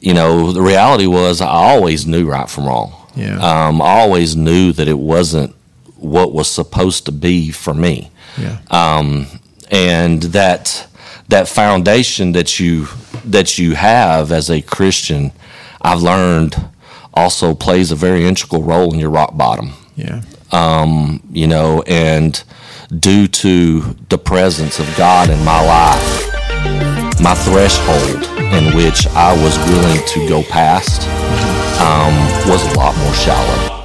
you know, the reality was I always knew right from wrong. Yeah. Um, I always knew that it wasn't what was supposed to be for me. yeah. and that that foundation that you that you have as a Christian, I've learned also plays a very integral role in your rock bottom. yeah. You know, and due to the presence of God in my life, my threshold in which I was willing to go past um, was a lot more shallow.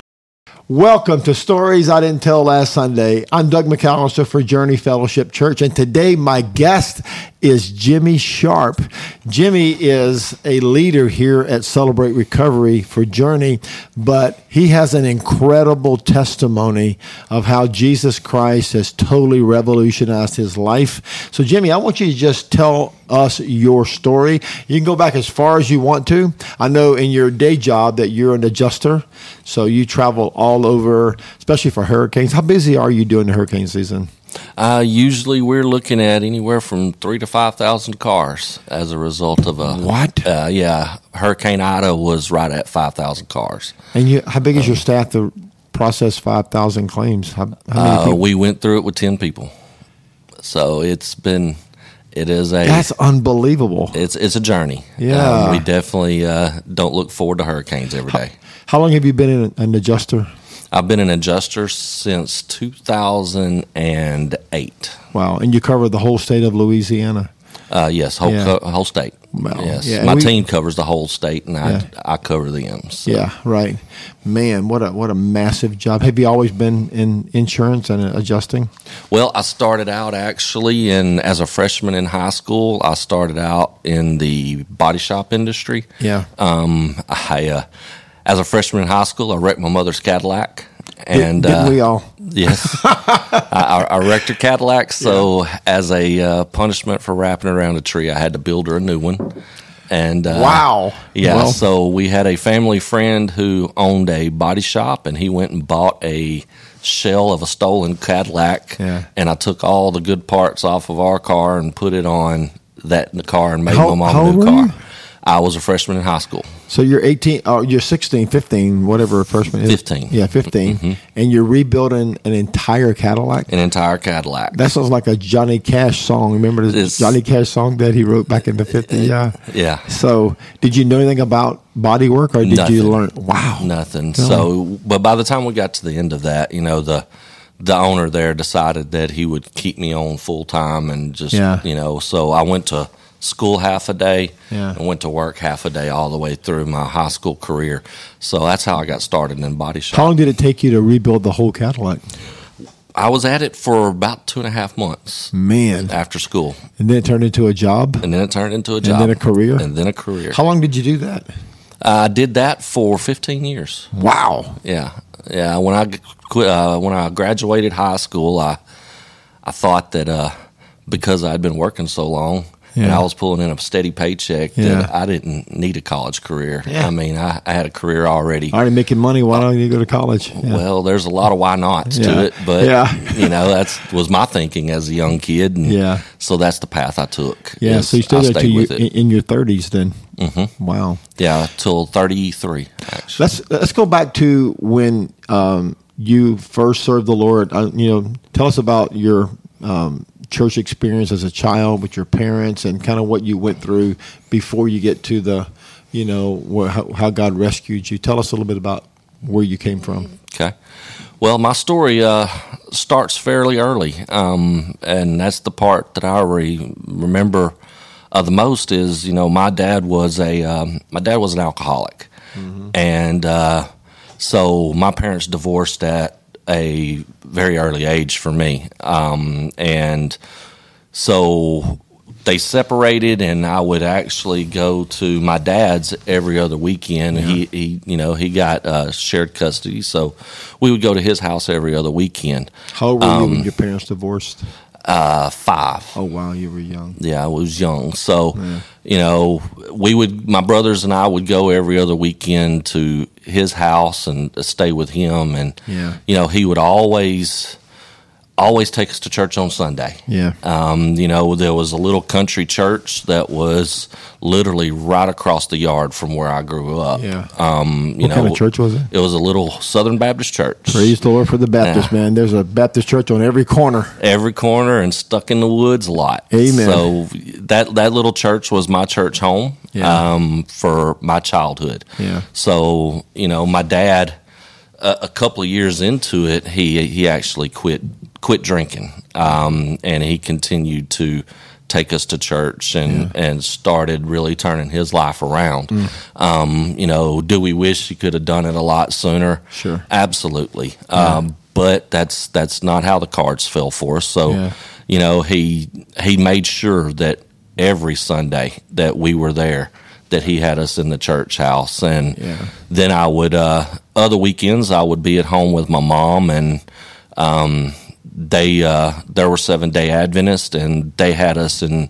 Welcome to Stories I Didn't Tell Last Sunday. I'm Doug McAllister for Journey Fellowship Church, and today my guest is Jimmy Sharp. Jimmy is a leader here at Celebrate Recovery for Journey, but he has an incredible testimony of how Jesus Christ has totally revolutionized his life. So, Jimmy, I want you to just tell us your story. You can go back as far as you want to. I know in your day job that you're an adjuster, so you travel all over, especially for hurricanes. How busy are you during the hurricane season? Uh, usually, we're looking at anywhere from three to five thousand cars as a result of a What? Uh, yeah, Hurricane Ida was right at five thousand cars. And you, how big is your staff to process five thousand claims? How, how many Uh, people? we went through it with ten people, so it's been it is a That's unbelievable. it's it's a journey. Um, Yeah. we definitely uh, don't look forward to hurricanes every day. How long have you been an, an adjuster? I've been an adjuster since two thousand and eight. Wow, and you cover the whole state of Louisiana. Uh, yes, whole Yeah. co- whole state. Well, yes, yeah, my we- team covers the whole state, and I Yeah. I cover them. So. Yeah, right. Man, what a what a massive job. Have you always been in insurance and adjusting? Well, I started out actually in as a freshman in high school. I started out in the body shop industry. Yeah. Um, I uh, as a freshman in high school, I wrecked my mother's Cadillac, and didn't uh, we all? Yes, I, I I wrecked her Cadillac. So as a uh, punishment for wrapping her around a tree, I had to build her a new one. And uh, Wow. yeah. Well- so we had a family friend who owned a body shop, and he went and bought a shell of a stolen Cadillac. Yeah. And I took all the good parts off of our car and put it on that in the car and made How- my how mom a old new were car. you? I was a freshman in high school. So you're 18, or you're 16, 15, whatever freshman is. 15. Yeah, 15. Mm-hmm. And you're rebuilding an entire Cadillac. An entire Cadillac. That sounds like a Johnny Cash song. Remember the It's- Uh, Johnny Cash song that he wrote back in the 50s? Yeah. yeah. So did you know anything about body work or did you Nothing. learn? Wow. nothing. So, but by the time we got to the end of that, you know, the the owner there decided that he would keep me on full time and just, Yeah. you know, so I went to school half a day Yeah. and went to work half a day all the way through my high school career. So that's how I got started in body How shop. long did it take you to rebuild the whole Cadillac? I was at it for about two and a half months Man. after school, And then it turned into a job? and then it turned into a job, then a career? and then a career. How long did you do that? I did that for fifteen years. Wow. Yeah, yeah. When I g- quit, uh, when I graduated high school, I I thought that uh, because I'd been working so long and Yeah. I was pulling in a steady paycheck, Yeah. that I didn't need a college career. Yeah. I mean, I, I had a career already. Already making money. Why don't you go to college? Yeah. Well, there's a lot of why nots Yeah. to it, but Yeah. you know that's was my thinking as a young kid, and Yeah. so that's the path I took. yeah. is So you I stayed there till stayed you, with in, it, in your 30s then? Mm-hmm. Wow. yeah, till thirty three. Actually, Let's let's go back to when um, you first served the Lord. Uh, you know, tell us about your um, church experience as a child with your parents and kind of what you went through before you get to the, you know, where, how, how God rescued you. Tell us a little bit about where you came from. Okay. Well, my story uh, starts fairly early, um, and that's the part that I re- remember uh, the most. Is you know my dad was a um, my dad was an alcoholic, and uh, so my parents divorced at a very early age for me, um, and so they separated and I would actually go to my dad's every other weekend. He, he, you know, he got uh, shared custody, so we would go to his house every other weekend. How old were you Um, when your parents divorced? Uh, five, Oh wow, you were young. yeah, I was young. So, you know, we would, my brothers and I would go every other weekend to his house and stay with him. And, Yeah. you know, he would always, always take us to church on Sunday. Yeah. Um, you know, there was a little country church that was literally right across the yard from where I grew up. Yeah. Um, you What know, kind of church was it? It was a little Southern Baptist church. Praise the Lord for the Baptist, man. There's a Baptist church on every corner. Every corner and stuck in the woods a lot. Amen. So that that little church was my church home Yeah. um, for my childhood. Yeah. So you know, my dad, a, a couple of years into it, he he actually quit quit drinking, um, and he continued to take us to church and and started really turning his life around. Mm. Um, you know, do we wish he could have done it a lot sooner? Sure. absolutely. Um, but that's that's not how the cards fell for us. So Yeah. you know he he made sure that every Sunday that we were there that he had us in the church house and Yeah. then I would uh other weekends I would be at home with my mom and um they uh there were seven day Adventists and they had us in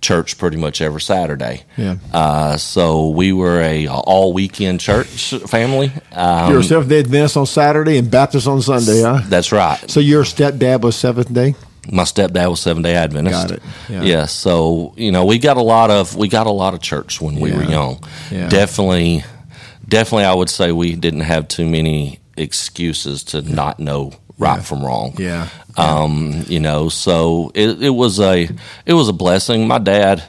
church pretty much every Saturday. Yeah. Uh so we were a all weekend church family. Um, You're a Seventh Day Adventist on Saturday and Baptist on Sunday, huh? that's right. So your stepdad was Seventh Day. my stepdad was seven day adventist Got it. Yeah. yeah. so you know we got a lot of we got a lot of church when we were Yeah. young Yeah. definitely definitely i would say we didn't have too many excuses to not know right from wrong Yeah. um you know so it, it was a it was a blessing my dad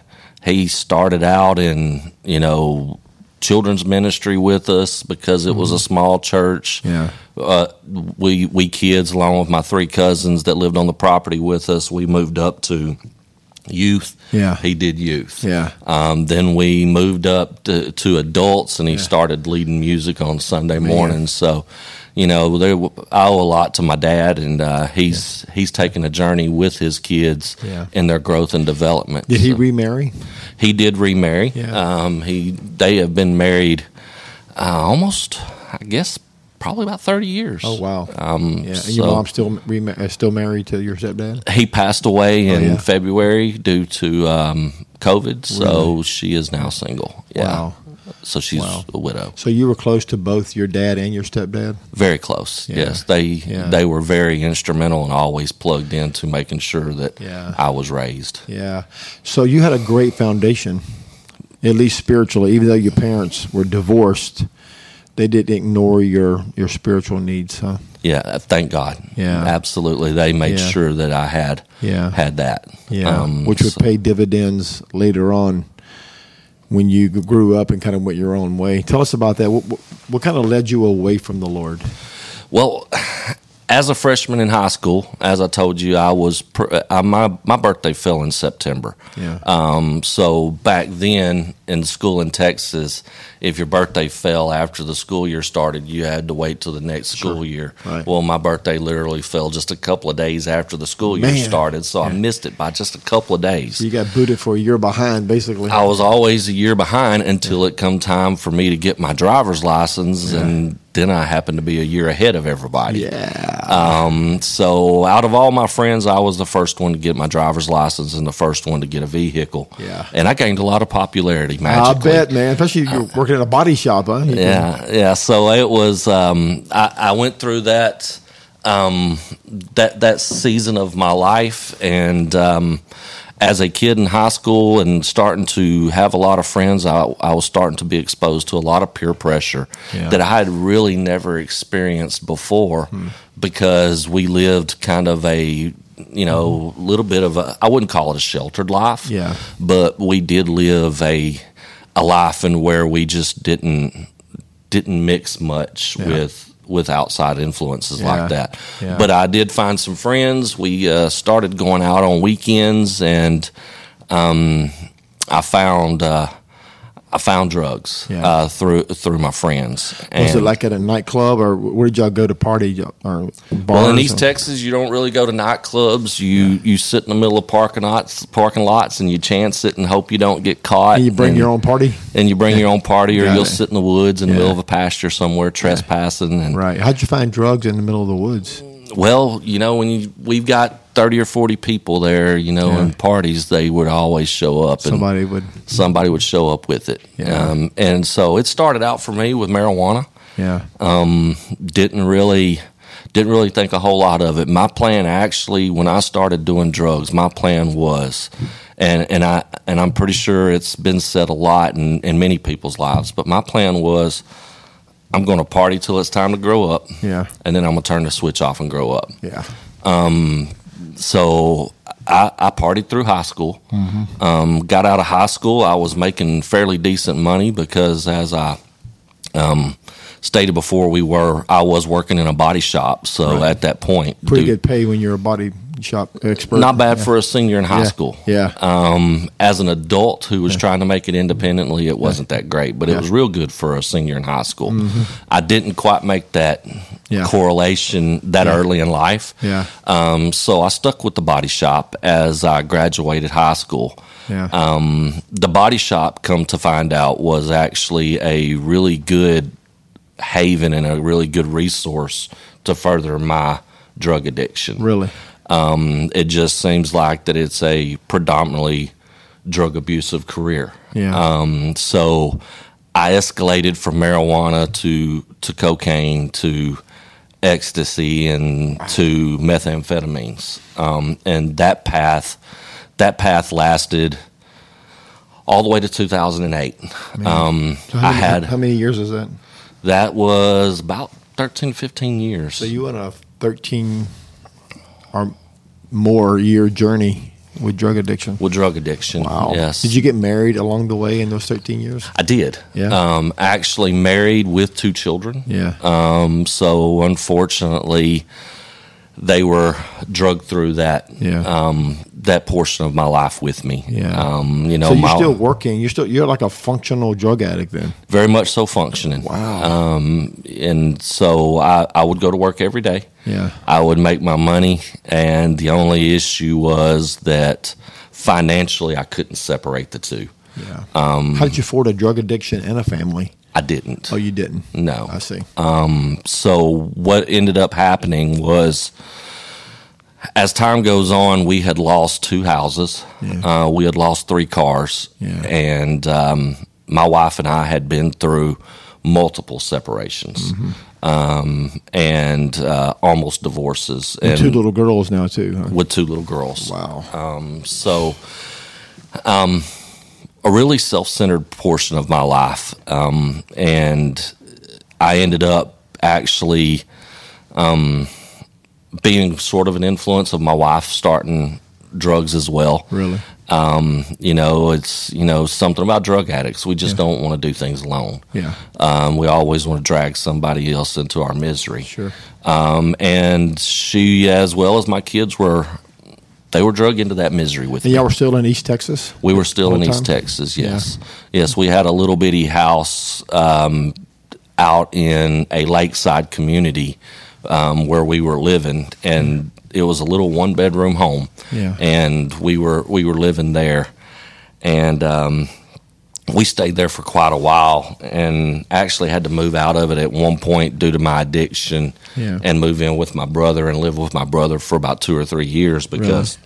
he started out in you know children's ministry with us because it was a small church Mm-hmm. Yeah. uh, we we kids, along with my three cousins that lived on the property with us, we moved up to youth. Yeah. he did youth. Yeah. Um, then we moved up to, to adults, and he started leading music on Sunday mornings. So, you know, there, I owe a lot to my dad, and uh, he's he's taken a journey with his kids Yeah. in their growth and development. Did So- he remarry? he did remarry. Yeah. Um, he they have been married uh, almost, I guess, probably about thirty years. Oh wow. Um, yeah. And so your mom's still remar- uh, still married to your stepdad. he passed away in Oh, yeah. February due to um, COVID, so she is now single. Yeah. Wow. So she's Wow. a widow. So you were close to both your dad and your stepdad. Very close. Yeah. Yes, they Yeah. they were very instrumental and always plugged into making sure that Yeah. I was raised. Yeah. So you had a great foundation, at least spiritually. Even though your parents were divorced, they didn't ignore your your spiritual needs, huh? Yeah, uh, thank God. Yeah. absolutely. They made Yeah. sure that I had Yeah. had that. Yeah, Um, which would so- pay dividends later on when you g- grew up and kind of went your own way. Tell us about that. What, what, what kind of led you away from the Lord? Well, as a freshman in high school, as I told you, I was pr- uh, my my birthday fell in September. Yeah. Um. So back then in school in Texas, if your birthday fell after the school year started, you had to wait till the next school year. Right. Well, my birthday literally fell just a couple of days after the school year Man. started, so I missed it by just a couple of days. You got booted for a year behind, basically. I was always a year behind until it come time for me to get my driver's license, and then I happened to be a year ahead of everybody. yeah. Um, so out of all my friends, I was the first one to get my driver's license and the first one to get a vehicle. Yeah. And I gained a lot of popularity I magically. bet, man. Especially if you're working at a body shop, huh? You can- Uh, Yeah. Yeah. So it was, um, I, I went through that, um, that, that season of my life. And, um, as a kid in high school and starting to have a lot of friends, I, I was starting to be exposed to a lot of peer pressure Yeah. Hmm. that I had really never experienced before because we lived kind of a, you know, little bit of a, I wouldn't call it a sheltered life, Hmm. Yeah. but we did live a, a life in where we just didn't, didn't mix much with, with outside influences Yeah. like that. Yeah. But I did find some friends. We uh, started going out on weekends and, um, I found uh, I found drugs Yeah. uh, through through my friends. And, Was it like at a nightclub, or where did y'all go to party y'all- or bars? well, in East or- Texas, you don't really go to nightclubs. You you sit in the middle of parking lots, parking lots, and you chance it and hope you don't get caught. and you bring your own party, and you bring your own party, or Got you'll it. sit in the woods in the middle Yeah. of a pasture somewhere, trespassing. And right? How'd you find drugs in the middle of the woods? well, you know, when you, we've got thirty or forty people there, you know, Yeah. in parties, they would always show up. and- Somebody would, somebody would show up with it. Yeah. Um, and so it started out for me with marijuana. yeah, Um, didn't really Didn't really think a whole lot of it. My plan actually, when I started doing drugs, my plan was, and and I and I'm pretty sure it's been said a lot in, in many people's lives, but my plan was. I'm going to party till it's time to grow up. Yeah. And then I'm going to turn the switch off and grow up Yeah. so I, I partied through high school. Mm-hmm. Um, got out of high school. I was making fairly decent money because, as I um, stated before, we were I was working in a body shop. So at that point, Pretty dude, good pay when you're a body shop expert. not bad for a senior in high Yeah. school. Yeah. Um, as an adult who was trying to make it independently, it wasn't that great, but it was real good for a senior in high school. I didn't quite make that Mm-hmm. Yeah. correlation that early in life. Yeah. Um, so I stuck with the body shop as I graduated high school. Yeah. Um, the body shop, come to find out, was actually a really good haven and a really good resource to further my drug addiction really. um, it just seems like that it's a predominantly drug abusive career. Yeah. Um, so I escalated from marijuana to to cocaine to ecstasy and to methamphetamines, um, and that path that path lasted all the way to 2008. Um, So I how, many, had how many years is that? that was about 13, 15 years. So you went a 13 or more year journey with drug addiction. with drug addiction, Wow. yes. Did you get married along the way in those 13 years? I did. Yeah. Um, actually married with two children. Yeah. Um, so unfortunately, they were drugged through that. Yeah. Um, that portion of my life with me. Yeah. Um, you know, so you're my, still working. You're still you're like a functional drug addict then. very much so functioning. Um, Wow. And so I, I would go to work every day. Yeah. I would make my money, and the only issue was that financially I couldn't separate the two. yeah. Um, How did you afford a drug addiction and a family? I didn't. Oh, you didn't. No. I see. so what ended up happening was as time goes on we had lost two houses Yeah. uh, we had lost three cars Yeah. and um, my wife and i had been through multiple separations Mm-hmm. um, and uh, almost divorces and Two little girls now too. Huh? with two little girls Wow. so um, a really self-centered portion of my life um, and i ended up actually um, being sort of an influence of my wife starting drugs as well really? um, you know it's you know something about drug addicts we just don't want to do things alone Yeah. um, we always want to drag somebody else into our misery Sure. um, and she as well as my kids were they were drug into that misery with And me y'all were still in East Texas. we were still in Whole East time? Texas, yes. Yes, we had a little bitty house um, out in a lakeside community um, where we were living, and it was a little one bedroom home. Yeah. And we were we were living there, and um, we stayed there for quite a while, and actually had to move out of it at one point due to my addiction, Yeah. and move in with my brother and live with my brother for about two or three years because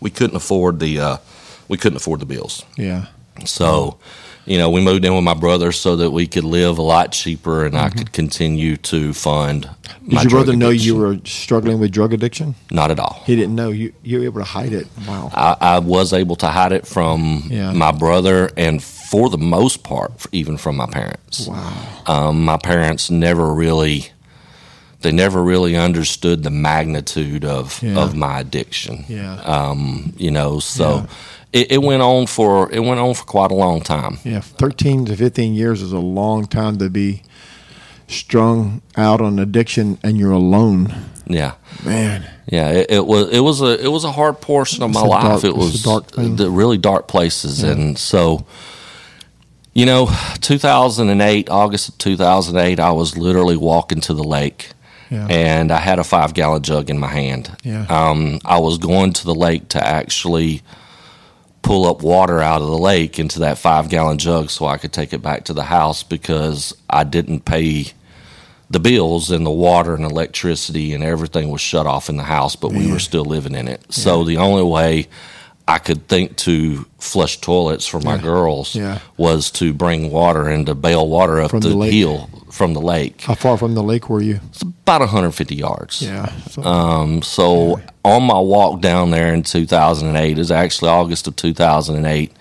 we couldn't afford the uh, we couldn't afford the bills. Yeah. So, you know, we moved in with my brother so that we could live a lot cheaper, and I could continue to fund. Mm-hmm. Did your brother know you were struggling with drug addiction? Not at all. He didn't know you. You were able to hide it. Wow. I, I was able to hide it from Yeah. my brother, and for the most part, f- even from my parents. Wow. Um, my parents never really. They never really understood the magnitude of, Yeah. of my addiction. Yeah. Um, you know, so it, it went on for it went on for quite a long time. Yeah, 13 to 15 years is a long time to be strung out on addiction and you're alone. Yeah. Man. Yeah, it, it was it was a it was a hard portion of my a life. dark- it it's a was dark thing. the really dark places, and so you know, 2008, August of 2008, I was literally walking to the lake, Yeah. and I had a five gallon jug in my hand. Yeah. Um, I was going to the lake to actually pull up water out of the lake into that five gallon jug so I could take it back to the house because I didn't pay the bills and the water and electricity and everything was shut off in the house, but we were still living in it. So the only way I could think to flush toilets for my girls Yeah. was to bring water and to bail water up From the, the lake. hill from the lake. How far from the lake were you? It's about 150 yards. Yeah. So- Um, so on my walk down there in 2008, it was actually August of 2008,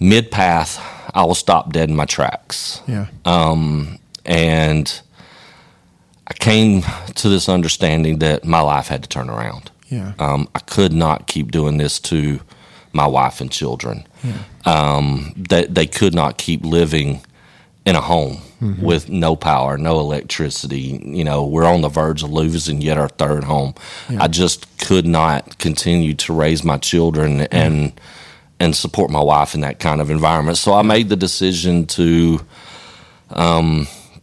mid path, I was stopped dead in my tracks. yeah. And I came to this understanding that my life had to turn around. Yeah. Um, I could not keep doing this to my wife and children. Um, that they could not keep living in a home with no power, no electricity. You know, we're on the verge of losing yet our third home. I just could not continue to raise my children and and support my wife in that kind of environment. So I made the decision to um,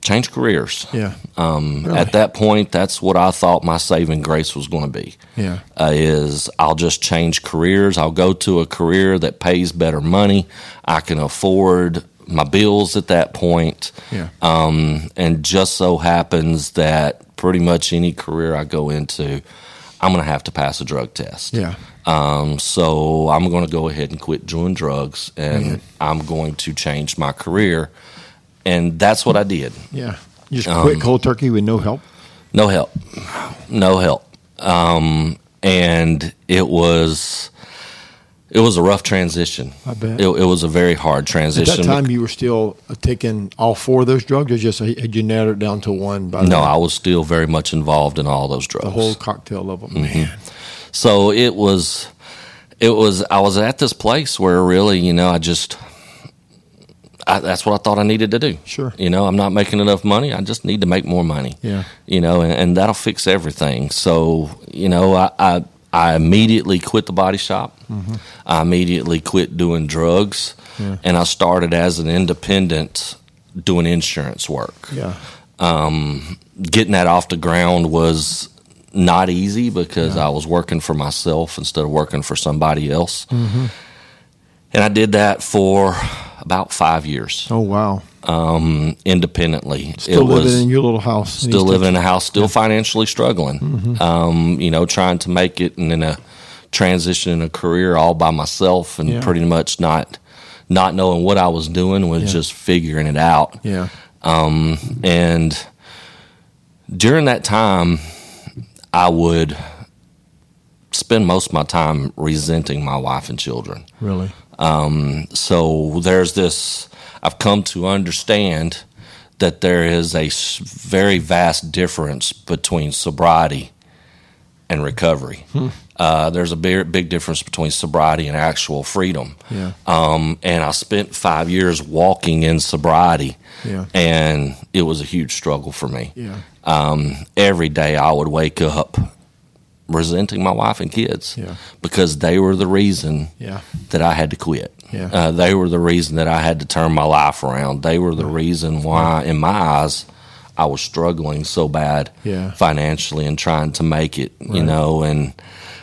change careers. yeah. Um, At that point, that's what I thought my saving grace was going to be. Yeah. Uh, is I'll just change careers. I'll go to a career that pays better money. I can afford my bills at that point. Yeah. Um, and just so happens that pretty much any career I go into, I'm going to have to pass a drug test. yeah. Um, so I'm going to go ahead and quit doing drugs and Mm-hmm. I'm going to change my career. And that's what I did. Yeah. You um, just quit cold turkey with no help. No help. No help. Um, and it was it was a rough transition. I bet. It, it was a very hard At transition. that time, you were still uh, taking all four of those drugs, or just had you narrowed it down to one? By no, then? I was still very much involved in all those drugs. the whole cocktail of them. Man, Mm-hmm. so it was it was I was at this place where really, you know, I just I, that's what I thought I needed to do. Sure. You know, I'm not making enough money. I just need to make more money. Yeah. You know, and, and that'll fix everything. So, you know, I, I, I immediately quit the body shop. Mm-hmm. I immediately quit doing drugs. And I started as an independent doing insurance work yeah, getting that off the ground was not easy because I was working for myself instead of working for somebody else. Mm-hmm. And I did that for about five years oh wow, um, independently. still living in your little house, in still East living in a house, still financially struggling. Mm-hmm. Um, you know, trying to make it and in a transition in a career all by myself and Yeah. pretty much not not knowing what I was doing was just figuring it out. Texas. And during that time, I would spend most of my time resenting my wife and children. yeah, really, So there's this, I've come to understand that there is a s- very vast difference between sobriety and recovery. Uh, there's a big, big difference between sobriety and actual freedom. Yeah. Um, and I spent five years walking in sobriety, Yeah. and it was a huge struggle for me yeah, every day I would wake up resenting my wife and kids Yeah. because they were the reason yeah, that I had to quit. Yeah. Uh, they were the reason that I had to turn my life around. They were the reason why, in my eyes, I was struggling so bad Yeah. financially and trying to make it, you know, and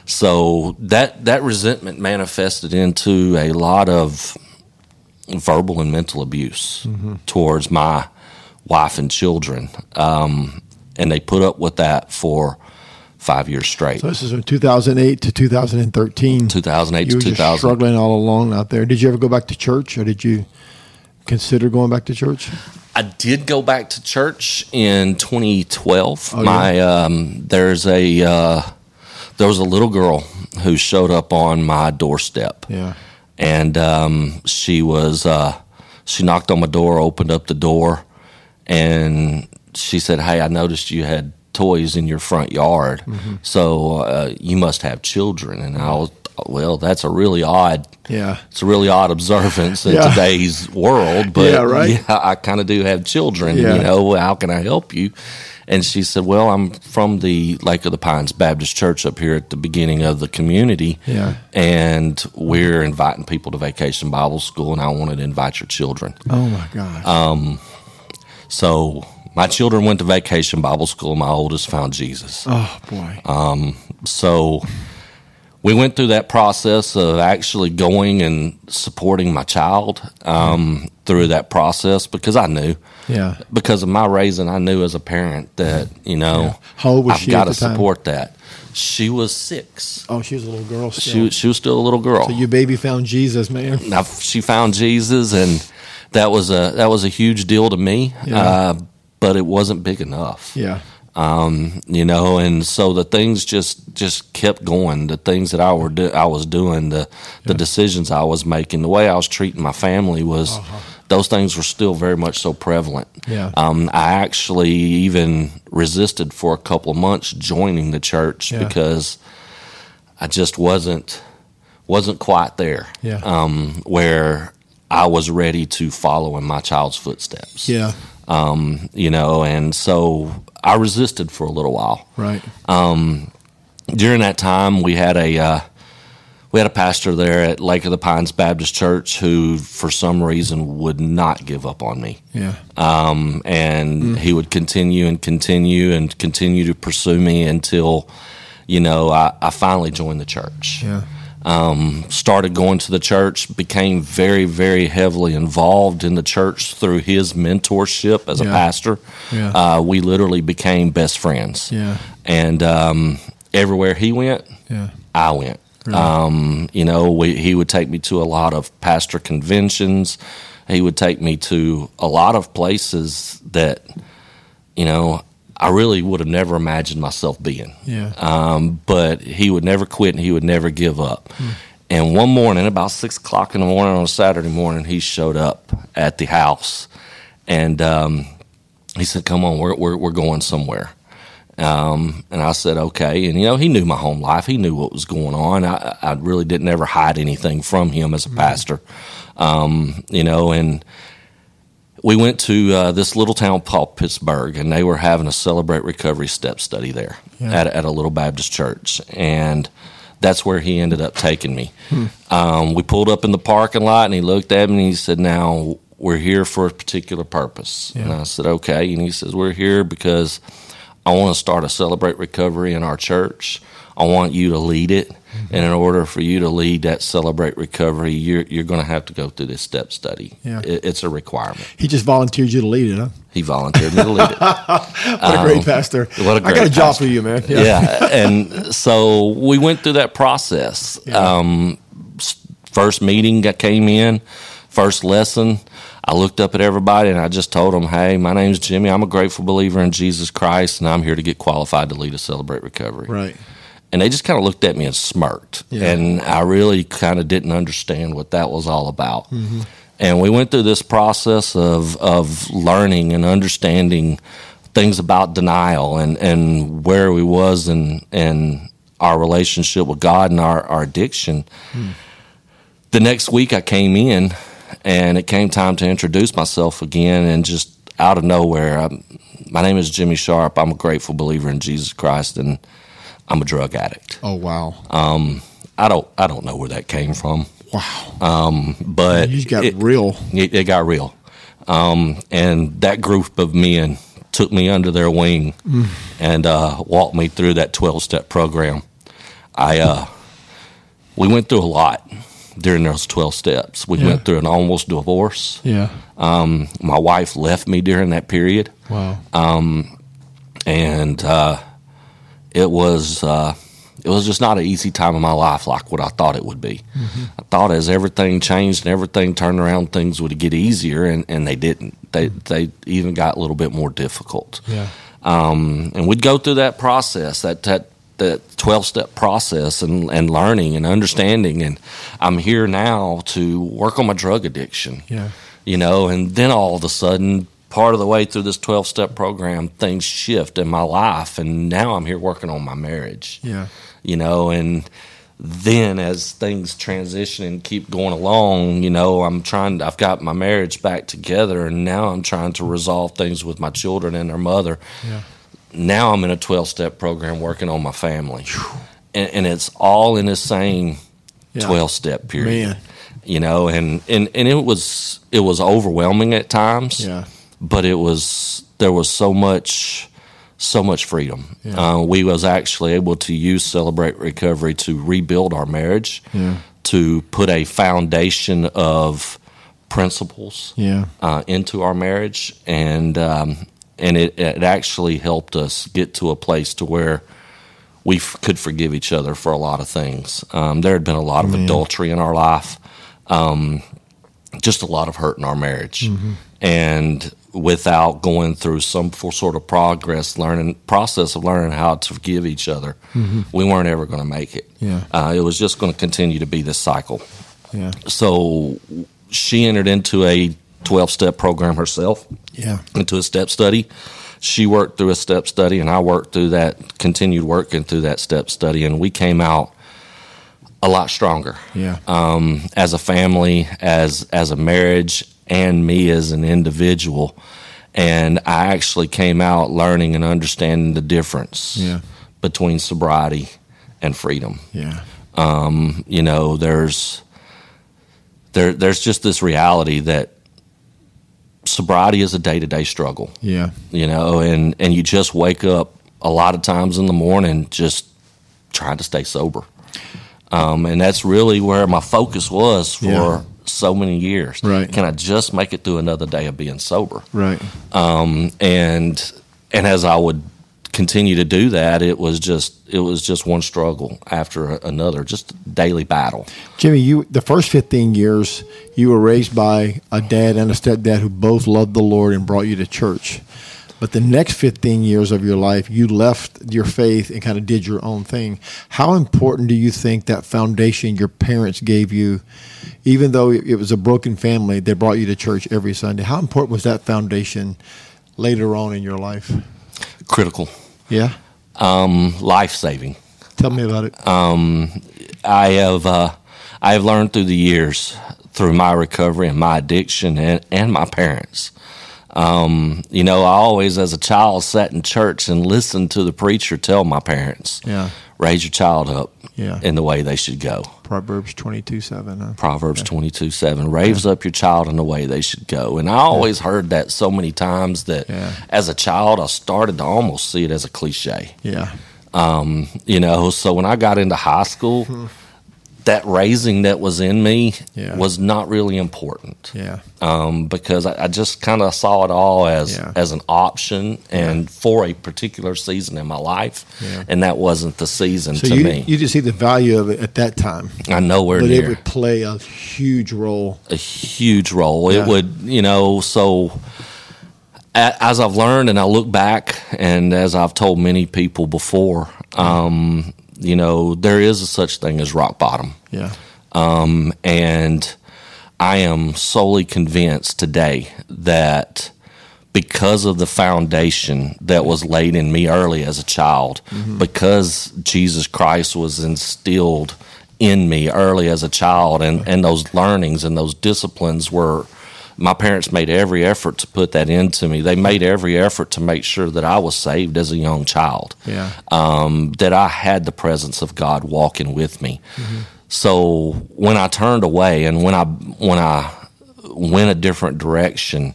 so that that resentment manifested into a lot of verbal and mental abuse Mm-hmm. towards my wife and children. Um, and they put up with that for five years straight. So this is from 2008 to 2013. 2008 you to were just 2000. struggling all along out there. Did you ever go back to church, or did you consider going back to church? I did go back to church in 2012. Oh, yeah? My um, there's a uh, there was a little girl who showed up on my doorstep, Yeah, and um, she was uh, she knocked on my door, opened up the door, and she said, "Hey, I noticed you had toys in your front yard, Mm-hmm. so uh, you must have children." And I was, well, that's a really odd yeah, it's a really odd observance in Yeah. today's world, but Yeah, right. yeah, I kind of do have children. Yeah. You know, how can I help you? And she said, "Well, I'm from the Lake of the Pines Baptist Church up here at the beginning of the community, Yeah. and we're inviting people to Vacation Bible School, and I wanted to invite your children. Oh my gosh. Uh, So my children went to uh, Vacation Bible School. My oldest found Jesus. oh boy. So we went through that process of actually going and supporting my child um, through that process because I knew, Yeah. because of my raising, I knew as a parent that you know How old was I've she at got to the time? support that. She was six. Oh, she was a little girl. She Still. was- she was still a little girl. Your baby found Jesus, man. And I, she found Jesus, and that was a that was a huge deal to me. Yeah. Uh, but it wasn't big enough Yeah. um, you know, and so the things just just kept going. The things that I were do- I was doing, the the decisions I was making, the way I was treating my family was those things were still very much so prevalent. Uh-huh. Yeah. um, I actually even resisted for a couple of months joining the church Yeah. because I just wasn't wasn't quite there. Yeah. um, where I was ready to follow in my child's footsteps Yeah. um, you know, and so I resisted for a little while. Right. During that time, we had a uh, we had a pastor there at Lake of the Pines Baptist Church who, for some reason, would not give up on me, Yeah. um, and Mm. he would continue and continue and continue to pursue me until, you know, I, I finally joined the church Yeah. started going to the church, became very, very heavily involved in the church through his mentorship as a Yeah. pastor. Yeah. Uh, we literally became best friends. Yeah. And um, everywhere he went, Yeah. I went. Um, you know, we, he would take me to a lot of pastor conventions. He would take me to a lot of places that, you know, I really would have never imagined myself being Yeah. um, but he would never quit and he would never give up. And one morning, about six o'clock in the morning on a Saturday morning, he showed up at the house, and um, he said, "Come on, we're we're, we're going somewhere." Um, and I said, "Okay." And you know, he knew my home life. He knew what was going on. I, I really didn't ever hide anything from him as a pastor, um, you know, and we went to uh, this little town called Pittsburgh, and they were having a celebrate recovery step study there Yeah. at, at a little Baptist church, and that's where he ended up taking me. Hmm. Um, we pulled up in the parking lot, and he looked at me and he said, "Now we're here for a particular purpose." And Yeah. I said, "Okay," and he says, "We're here because I want to start a celebrate recovery in our church. I want you to lead it." Mm-hmm. And in order for you to lead that celebrate recovery, you're, you're going to have to go through this step study. Yeah. It- it's a requirement. he just volunteered you to lead it, huh? He volunteered me to lead it. What a great pastor. um, what a I got a great job pastor. for you, man. Yeah. And so we went through that process. Um, s- first meeting, I came in, first lesson. I looked up at everybody and I just told them, hey, my name's Jimmy. I'm a grateful believer in Jesus Christ, and I'm here to get qualified to lead a Celebrate Recovery. Right. And they just kind of looked at me and smirked. Yeah. And I really kind of didn't understand what that was all about. And we went through this process of, of learning and understanding things about denial and, and where we was in, in our relationship with God and our, our addiction. The next week I came in and it came time to introduce myself again and just out of nowhere, I, my name is Jimmy Sharp. I'm a grateful believer in Jesus Christ and I'm a drug addict. Oh, wow. Uh, I don't I don't know where that came from, Um, wow. but You just got it, real. it, it got real. Um, and that group of men took me under their wing Mm. and uh, walked me through that twelve step program. I uh, we went through a lot during those twelve steps. We Yeah. went through an almost divorce. Yeah. Um, my wife left me during that period. Wow. and uh, it was uh, it was just not an easy time in my life like what I thought it would be. I thought as everything changed and everything turned around, things would get easier, and, and they didn't. They they even got a little bit more difficult. yeah. Um, and we'd go through that process that that. That twelve step process and, and learning and understanding and I'm here now to work on my drug addiction Yeah. you know and then all of a sudden part of the way through this 12 step program things shift in my life and now i'm here working on my marriage Yeah. you know and then as things transition and keep going along you know i'm trying i've got my marriage back together and now i'm trying to resolve things with my children and their mother Yeah. now i'm in a 12 step program working on my family and, and it's all in the same Yeah. 12 step period Man. you know and, and and it was it was overwhelming at times Yeah. but it was there was so much so much freedom. Uh, we was actually able to use Celebrate Recovery to rebuild our marriage, to put a foundation of principles Yeah. uh, into our marriage, and um, and it, it actually helped us get to a place to where we f- could forgive each other for a lot of things. Um, there had been a lot of adultery in our life, um, just a lot of hurt in our marriage, and without going through some for sort of progress learning process of learning how to forgive each other, we weren't ever going to make it. Yeah. Uh, it was just going to continue to be this cycle Yeah. so she entered into a 12 step program herself Yeah. into a step study she worked through a step study and i worked through that continued working through that step study and we came out a lot stronger Yeah. um, as a family, as as a marriage, and me as an individual. And I actually came out learning and understanding the difference Yeah. between sobriety and freedom yeah. you know there's there there's just this reality that sobriety is a day-to-day struggle Yeah. you know and and you just wake up a lot of times in the morning just trying to stay sober um, and that's really where my focus was for Yeah. so many years Right. can i just make it through another day of being sober Right. and and as I would continue to do that, it was just it was just one struggle after another, just a daily battle. Jimmy, you the first 15 years you were raised by a dad and a stepdad who both loved the Lord and brought you to church. But the next 15 years of your life, you left your faith and kind of did your own thing. How important do you think that foundation your parents gave you, even though it it was a broken family, they brought you to church every Sunday? How important was that foundation later on in your life? Critical, Yeah. life saving. Tell me about it. I have uh, I have learned through the years, through my recovery and my addiction and, and my parents. Um, you know, I always, as a child, sat in church and listened to the preacher tell my parents, Yeah. raise your child up Yeah. in the way they should go." Proverbs 22 7. Huh? Proverbs 22 7 raves up your child in the way they should go. And I always heard that so many times that Yeah. as a child, I started to almost see it as a cliche. Yeah. You know, so when I got into high school, that raising that was in me Yeah. was not really important Yeah. um, because I, I just kind of saw it all as Yeah. as an option and for a particular season in my life. Yeah. And that wasn't the season So to you, me. you didn't see the value of it at that time. I nowhere but near. it would play a huge role. a huge role. Yeah. It would, you know, so a- as I've learned and I look back and as I've told many people before, um, you know, there is a such thing as rock bottom. Yeah, And I am solely convinced today that because of the foundation that was laid in me early as a child, because Jesus Christ was instilled in me early as a child, and, and those learnings and those disciplines were. My parents made every effort to put that into me. They made every effort to make sure that I was saved as a young child yeah, um, that I had the presence of God walking with me. So when I turned away and when I when I went a different direction,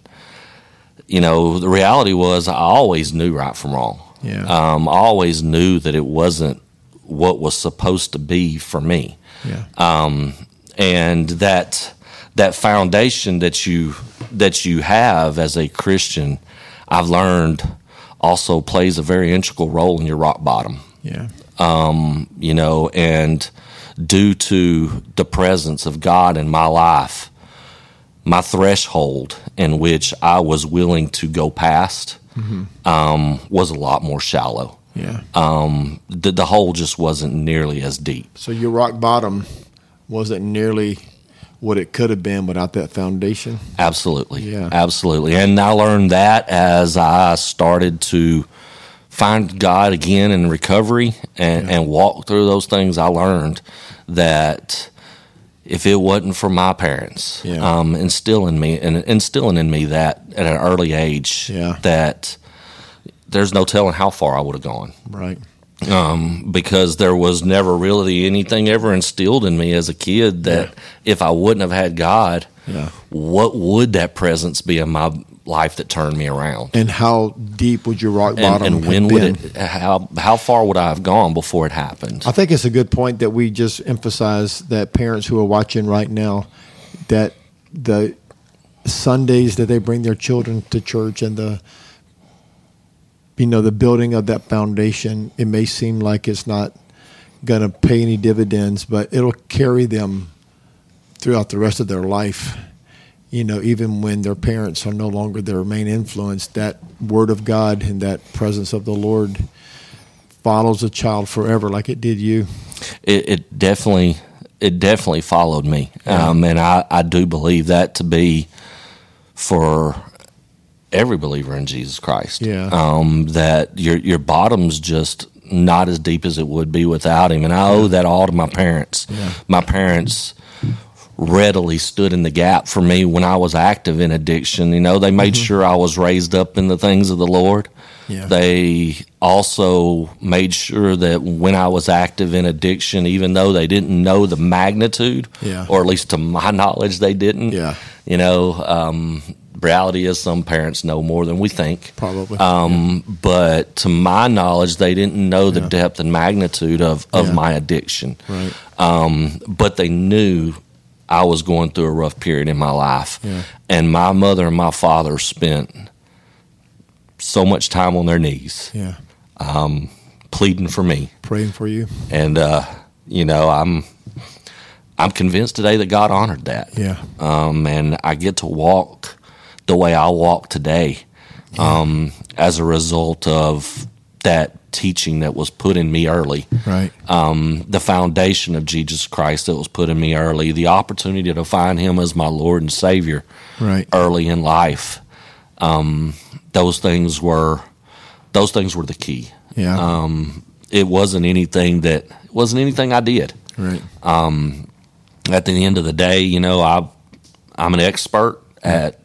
you know, the reality was I always knew right from wrong. Yeah. Um, I always knew that it wasn't what was supposed to be for me yeah, uh, and that that foundation that you that you have as a Christian, I've learned also plays a very integral role in your rock bottom yeah, you know, and due to the presence of God in my life, my threshold in which I was willing to go past um, was a lot more shallow. yeah. uh, The, the hole just wasn't nearly as deep. so your rock bottom wasn't nearly what it could have been without that foundation. Absolutely. Yeah. Absolutely. And I learned that as I started to find God again in recovery and, and walk through those things, I learned that if it wasn't for my parents Yeah. um, instilling me and instilling in me that at an early age Yeah. that there's no telling how far I would have gone Right. um, because there was never really anything ever instilled in me as a kid that if I wouldn't have had God, Yeah. what would that presence be in my life that turned me around? And how deep would your rock And, bottom and have when would been? it? How how far would I have gone before it happened? I think it's a good point that we just emphasize that parents who are watching right now that the Sundays that they bring their children to church and the you know the building of that foundation it may seem like it's not going to pay any dividends but it'll carry them throughout the rest of their life you know even when their parents are no longer their main influence that word of god and that presence of the lord follows a child forever like it did you it, it definitely it definitely followed me um, and I, I do believe that to be for every believer in jesus christ Yeah. um, that your your bottom's just not as deep as it would be without him and i owe that all to my parents my parents readily stood in the gap for me when i was active in addiction you know they made sure i was raised up in the things of the lord Mm-hmm. Yeah. they also made sure that when I was active in addiction, even though they didn't know the magnitude, Yeah. or at least to my knowledge, they didn't. Yeah. You know, um, reality is some parents know more than we think. probably Um, But to my knowledge, they didn't know the Yeah. depth and magnitude of, of Yeah. my addiction. Right. Um, but they knew I was going through a rough period in my life. Yeah. And my mother and my father spent so much time on their knees yeah pleading for me. praying for you And, uh, you know, I'm. I'm convinced today that God honored that yeah um, and I get to walk the way I walk today um, as a result of that teaching that was put in me early, right um, the foundation of Jesus Christ that was put in me early, the opportunity to find Him as my Lord and Savior right early in life. Um, those things were those things were the key. yeah um, It wasn't anything that it wasn't anything I did. right uh, at the end of the day, you know, I I'm an expert at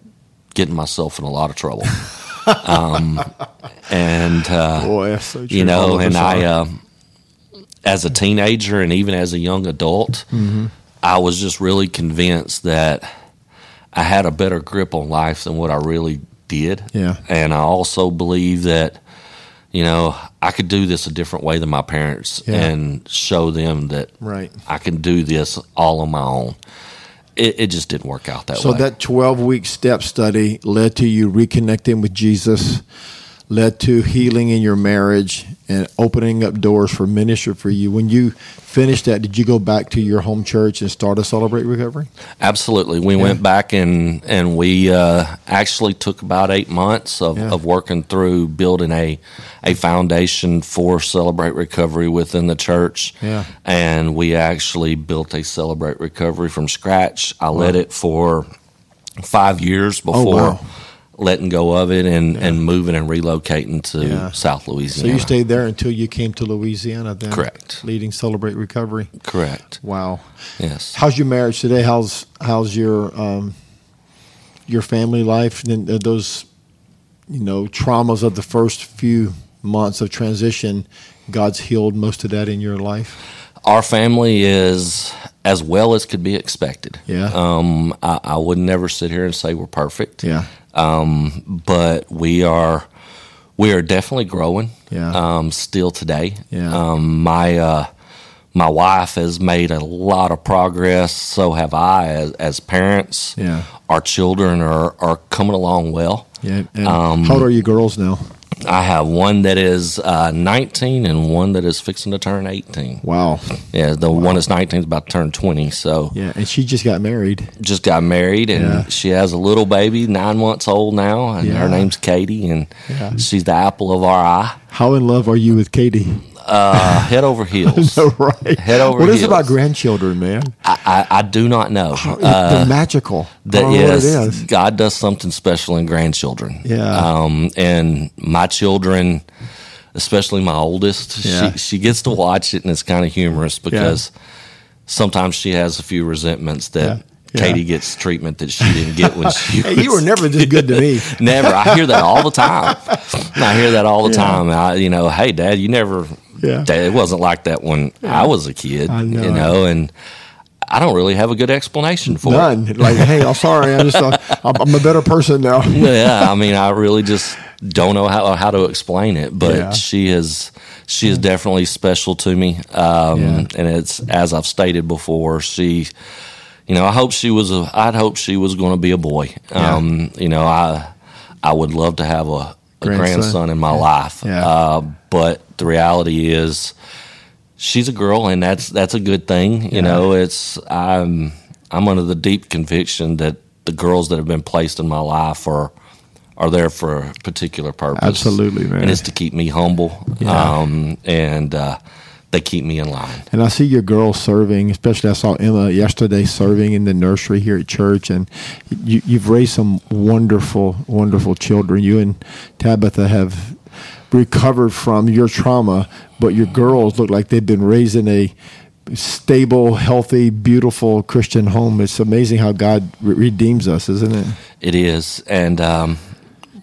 getting myself in a lot of trouble. um, and uh, boy that's so true. you All know, of and us I are. um, as a teenager and even as a young adult, Mm-hmm. I was just really convinced that I had a better grip on life than what I really did. Yeah. and I also believe that you know I could do this a different way than my parents Yeah. and show them that right I can do this all on my own. It, it just didn't work out that So way. that 12 week step study led to you reconnecting with Jesus, led to healing in your marriage and opening up doors for ministry for you. When you finished that, did you go back to your home church and start a celebrate recovery? Absolutely, we went back and and we uh, actually took about eight months of, Yeah. of working through building a a foundation for Celebrate Recovery within the church. Yeah. and we actually built a Celebrate Recovery from scratch. I led it for five years before. Oh, wow. Letting go of it and, and moving and relocating to Yeah. South So Louisiana. you stayed there until you came to Louisiana then. Correct. Leading celebrate recovery. Correct. Wow. Yes. How's your marriage today? How's how's your um, your family life? And then uh, those you know traumas of the first few months of transition. God's healed most of that in your life. our family is as well as could be expected. Yeah. Um, I, I would never sit here and say we're perfect. Yeah. But we are, we are definitely growing. Yeah. Um, still today. Yeah. Um, my uh, my wife has made a lot of progress. So have I as as parents. Yeah. Our children are are coming along well. Yeah. And um, how old are you girls now? I have one that is uh, 19 and one that is fixing to turn 18. Wow. Yeah, the one that's 19 is about to turn 20. So Yeah. And she just got married. just got married and Yeah. she has a little baby, nine months old now, and Yeah. her name's Katie, and Yeah. she's the apple of our eye, How in love are you with Katie? uh, head over heels. right. Head over What is it heels. about grandchildren, man? I, I, I do not know. They're magical. I Uh, that don't know yes, what it is. God does something special in grandchildren. Yeah. Um, and my children, especially my oldest, Yeah. she, she gets to watch it and it's kind of humorous because sometimes she has a few resentments that Yeah. Yeah. Katie gets treatment that she didn't get when she Hey, was you were never this good to me. Never. I hear that all the time. I hear that all the time. I, you know, hey, Dad, you never Yeah. That- It wasn't like that when I was a kid, I know. you know, and I don't really have a good explanation for it. None. Like, hey, I'm sorry. I'm just, a, I'm, I'm a better person now. yeah, I mean, I really just don't know how how to explain it, but Yeah. she is she is definitely special to me, um, Yeah. and it's as I've stated before. She, you know, I hope she was a. I'd hope she was going to be a boy. Yeah. Um, you know, I I would love to have a, a Grandson. grandson. in my life, Yeah. uh, but the reality is. She's a girl, and that's that's a good thing. You know, it's I'm I'm under the deep conviction that the girls that have been placed in my life are are there for a particular purpose. Absolutely, man. And it's to keep me humble, Yeah. um, and uh, they keep me in line. And I see your girls serving, especially I saw Emma yesterday serving in the nursery here at church. And you, you've raised some wonderful, wonderful children. You and Tabitha have recovered from your trauma, but your girls look like they've been raised in a stable, healthy, beautiful Christian home. It's amazing how God re- redeems us, isn't it? It is, and um,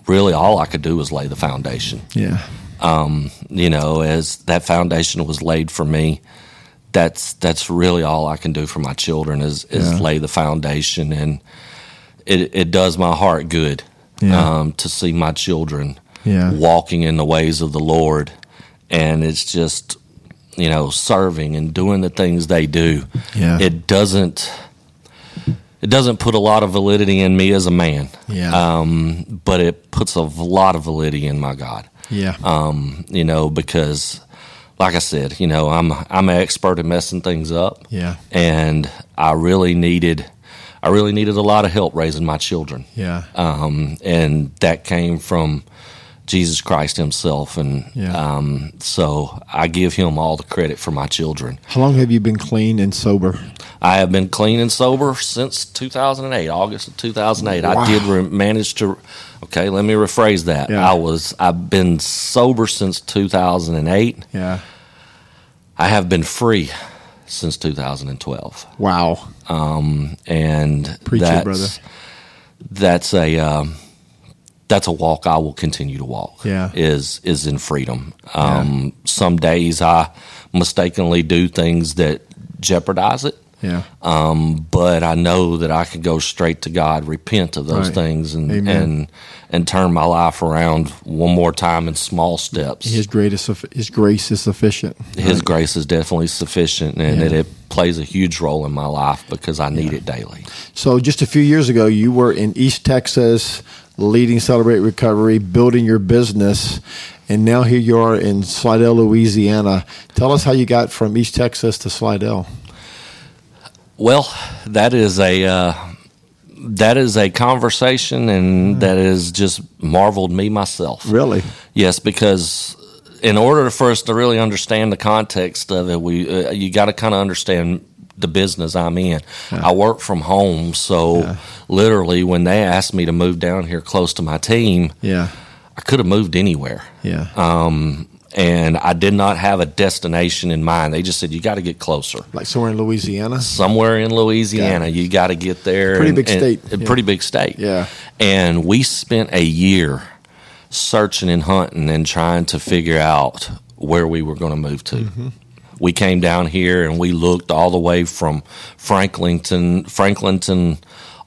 really, all I could do was lay the foundation. Yeah. um, you know, as that foundation was laid for me, that's that's really all I can do for my children is is Yeah. lay the foundation, and it it does my heart good Yeah. um, to see my children Yeah. walking in the ways of the Lord, and it's just you know serving and doing the things they do. Yeah. It doesn't it doesn't put a lot of validity in me as a man, Yeah. um, but it puts a lot of validity in my God yeah. um, you know, because like I said, you know, I'm I'm an expert at messing things up. Yeah. And I really needed I really needed a lot of help raising my children. yeah. Um, and that came from Jesus Christ himself and Yeah. um, so I give him all the credit for my children. how long have you been clean and sober? I have been clean and sober since 2008, August of 2008. Wow. I did re- manage to. Okay, let me rephrase that. Yeah. I was. I've been sober since 2008. Yeah. I have been free since 2012, Wow. and Preach it, that's brother. that's a um, that's a walk I will continue to walk. Yeah. is is in freedom. Um, Some days I mistakenly do things that jeopardize it. Yeah. um, but I know that I can go straight to God, repent of those Right. things, and Amen. and and turn my life around one more time in small steps. His His, greatest, his grace is sufficient. grace is definitely sufficient, and Mm-hmm. Yeah. it, it plays a huge role in my life because I need it daily. So, just a few years ago, you were in East Texas leading Celebrate Recovery, building your business, and now here you are in Slidell, Louisiana. Tell us how you got from East Texas to Slidell. Well, that is a uh, that is a conversation, and that has just marveled me myself. Really? Yes, because in order for us to really understand the context of it, we uh, you got to kind of understand the business I'm in. I work from home, so literally when they asked me to move down here close to my team, Yeah. I could have moved anywhere. Yeah. And I did not have a destination in mind. They just said you got to get closer. like somewhere in Louisiana. Somewhere in Louisiana, you got to get there. Pretty big state. a Yeah. Pretty big state. Yeah. And we spent a year searching and hunting and trying to figure out where we were going to move to. Mm-hmm. We came down here and we looked all the way from Franklinton, Franklinton,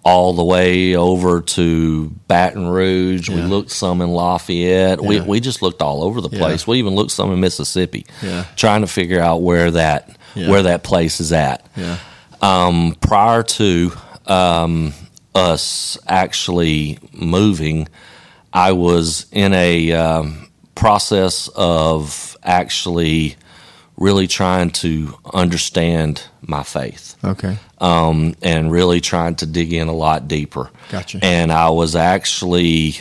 all the way over to Baton Rouge. We Yeah. looked some in Lafayette. We Yeah. we just looked all over the Yeah. place. We even looked some in Mississippi, Yeah. trying to figure out where that Yeah. where that place is at Yeah. um, prior to um, us actually moving, I was in a um, process of actually really trying to understand my faith Okay. um, and really trying to dig in a lot deeper. Gotcha. And I was actually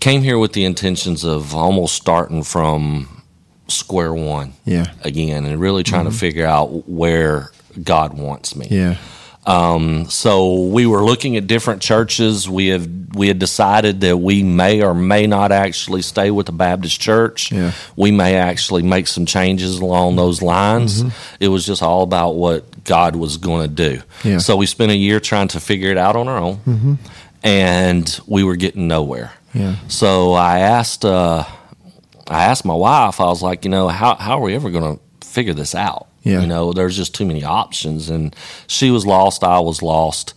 came here with the intentions of almost starting from square one Yeah. Mm-hmm. again and really trying to figure out where God wants me Yeah. so we were looking at different churches. We have we had decided that we may or may not actually stay with the Baptist church. Yeah. We may actually make some changes along those lines. Mm-hmm. It was just all about what God was going to do. Yeah. Mm-hmm. So we spent a year trying to figure it out on our own, and we were getting nowhere. Yeah. So I asked uh, I asked my wife, I was like, you know, how, how are we ever going to figure this out? Yeah. You know, Oh, there's just too many options. And she was lost, I was lost.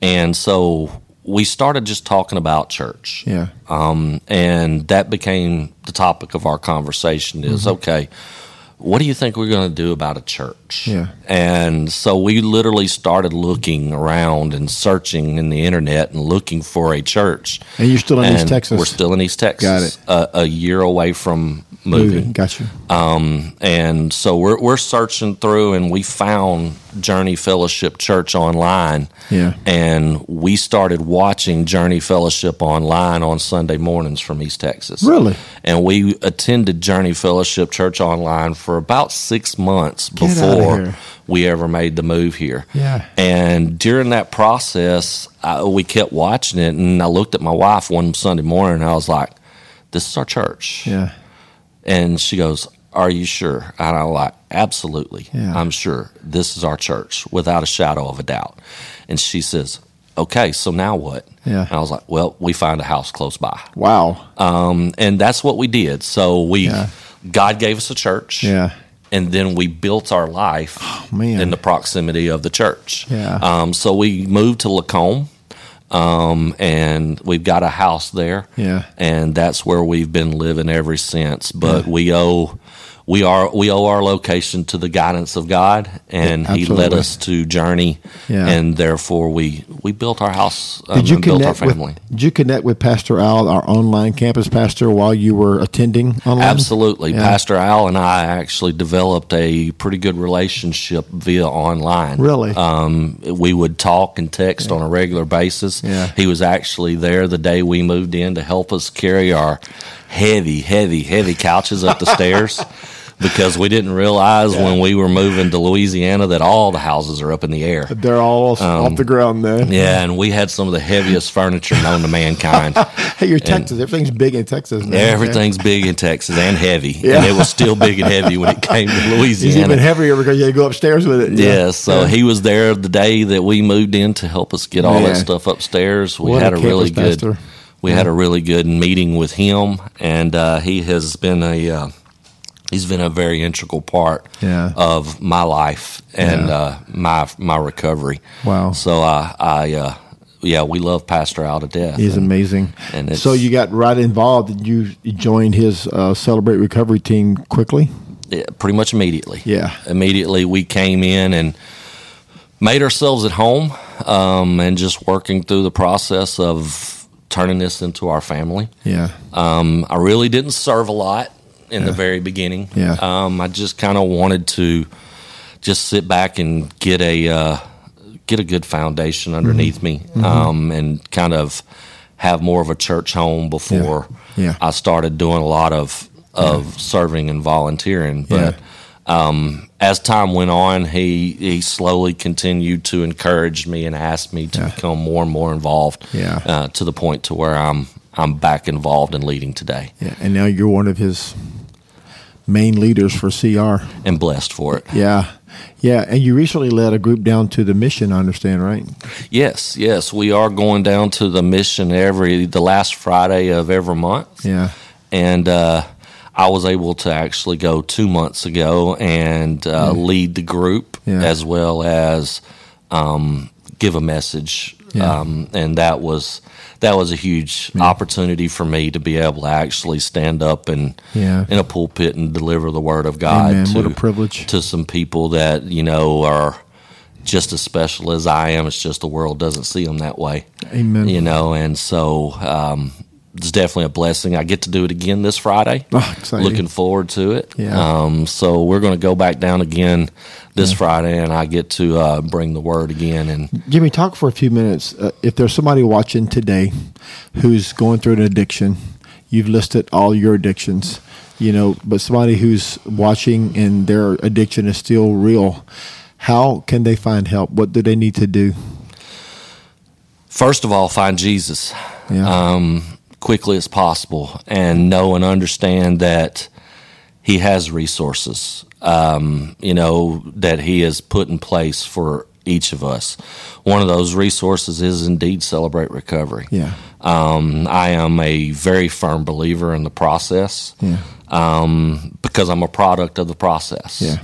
And so we started just talking about church. Yeah. Um, and that became the topic of our conversation is Mm-hmm. okay, what do you think we're going to do about a church? Yeah. And so we literally started looking around and searching in the internet and looking for a church. And you're still in East Texas. We're still in East Texas. Got it. A, a year away from moving. Moving. Gotcha. Um, and so we're, we're searching through and we found Journey Fellowship Church online. Yeah. And we started watching Journey Fellowship online on Sunday mornings from East Texas. Really? And we attended Journey Fellowship Church online for about six months outta before here. we ever made the move here. Yeah. And during that process, I, we kept watching it. And I looked at my wife one Sunday morning and I was like, this is our church. Yeah. And she goes, Are you sure? And I'm like, Absolutely. Yeah. I'm sure. This is our church without a shadow of a doubt. And she says, Okay, so now what? Yeah. And I was like, Well, we find a house close by. Wow. Um, and that's what we did. So we, Yeah. God gave us a church. Yeah. And then we built our life Oh, man. in the proximity of the church. Yeah. Um, so we moved to Lacombe. Um, and we've got a house there. Yeah. And that's where we've been living ever since. But we owe we are we owe our location to the guidance of God and Yeah, He led absolutely. us to journey Yeah. and therefore we we built our house um, Did you and built our connect family. with? Did you connect with Pastor Al, our online campus pastor, while you were attending online? Absolutely. Um, Yeah. Pastor Al and I actually developed a pretty good relationship via online. Really? Um, we would talk and text on a regular basis. Yeah. He was actually there the day we moved in to help us carry our heavy, heavy, heavy couches up the stairs. Because we didn't realize when we were moving to Louisiana that all the houses are up in the air. They're all off, off the ground there. Um, Yeah, and we had some of the heaviest furniture known to mankind. Hey, you're Texas. Everything's big in Texas. Now, Everything's big in Texas and heavy, Yeah. and it was still big and heavy when it came to It's even Louisiana. heavier because you go upstairs with it. Yeah, so he was there the day that we moved in to help us get all Man. that stuff upstairs. We What a had a, really campus good, pastor. we had a really good meeting with him, and uh, he has been a uh, he's been a very integral part Yeah. of my life and Yeah. uh, my my recovery. Wow. So I, I uh, yeah, we love Pastor Al to death. He's And- amazing. and it's- so you got right involved and you joined his uh, Celebrate Recovery team quickly. Yeah, pretty much immediately. Yeah. immediately we came in and made ourselves at home, um, and just working through the process of turning this into our family. Yeah. Um, I really didn't serve a lot in the very beginning. Yeah. um, I just kind of wanted to just sit back and get a uh, get a good foundation underneath Mm-hmm. me, um, and kind of have more of a church home before Yeah. Yeah. I started doing a lot of of serving and volunteering. But um, as time went on, he he slowly continued to encourage me and ask me to Yeah. become more and more involved. Yeah. uh, to the point to where I'm I'm back involved in leading today yeah. And now you're one of his main leaders for CR. and blessed for it. Yeah. Yeah. And you recently led a group down to the mission, I understand, right? Yes, yes, we are going down to the mission every the last Friday of every month. Yeah. and uh, I was able to actually go two months ago and uh, lead the group Yeah. as well as um, give a message, Yeah. um, and that was that was a huge opportunity for me to be able to actually stand up and Yeah. in a pulpit and deliver the word of God Amen. to What a privilege. to some people that you know are just as special as I am. It's just the world doesn't see them that way. Amen. You know, and so um, it's definitely a blessing. I get to do it again this Friday. Oh, exciting. Looking forward to it. Yeah. Um, so we're going to go back down again this Friday, and I get to uh, bring the word again. And Jimmy, talk for a few minutes. Uh, if there's somebody watching today who's going through an addiction, you've listed all your addictions, you know, but somebody who's watching and their addiction is still real, how can they find help? What do they need to do? first of all, find Jesus. Yeah. um, quickly as possible and know and understand that he has resources, um, you know, that he has put in place for each of us. One of those resources is indeed Celebrate Recovery. Yeah. Um, I am a very firm believer in the process Yeah. um, because I'm a product of the process. Yeah.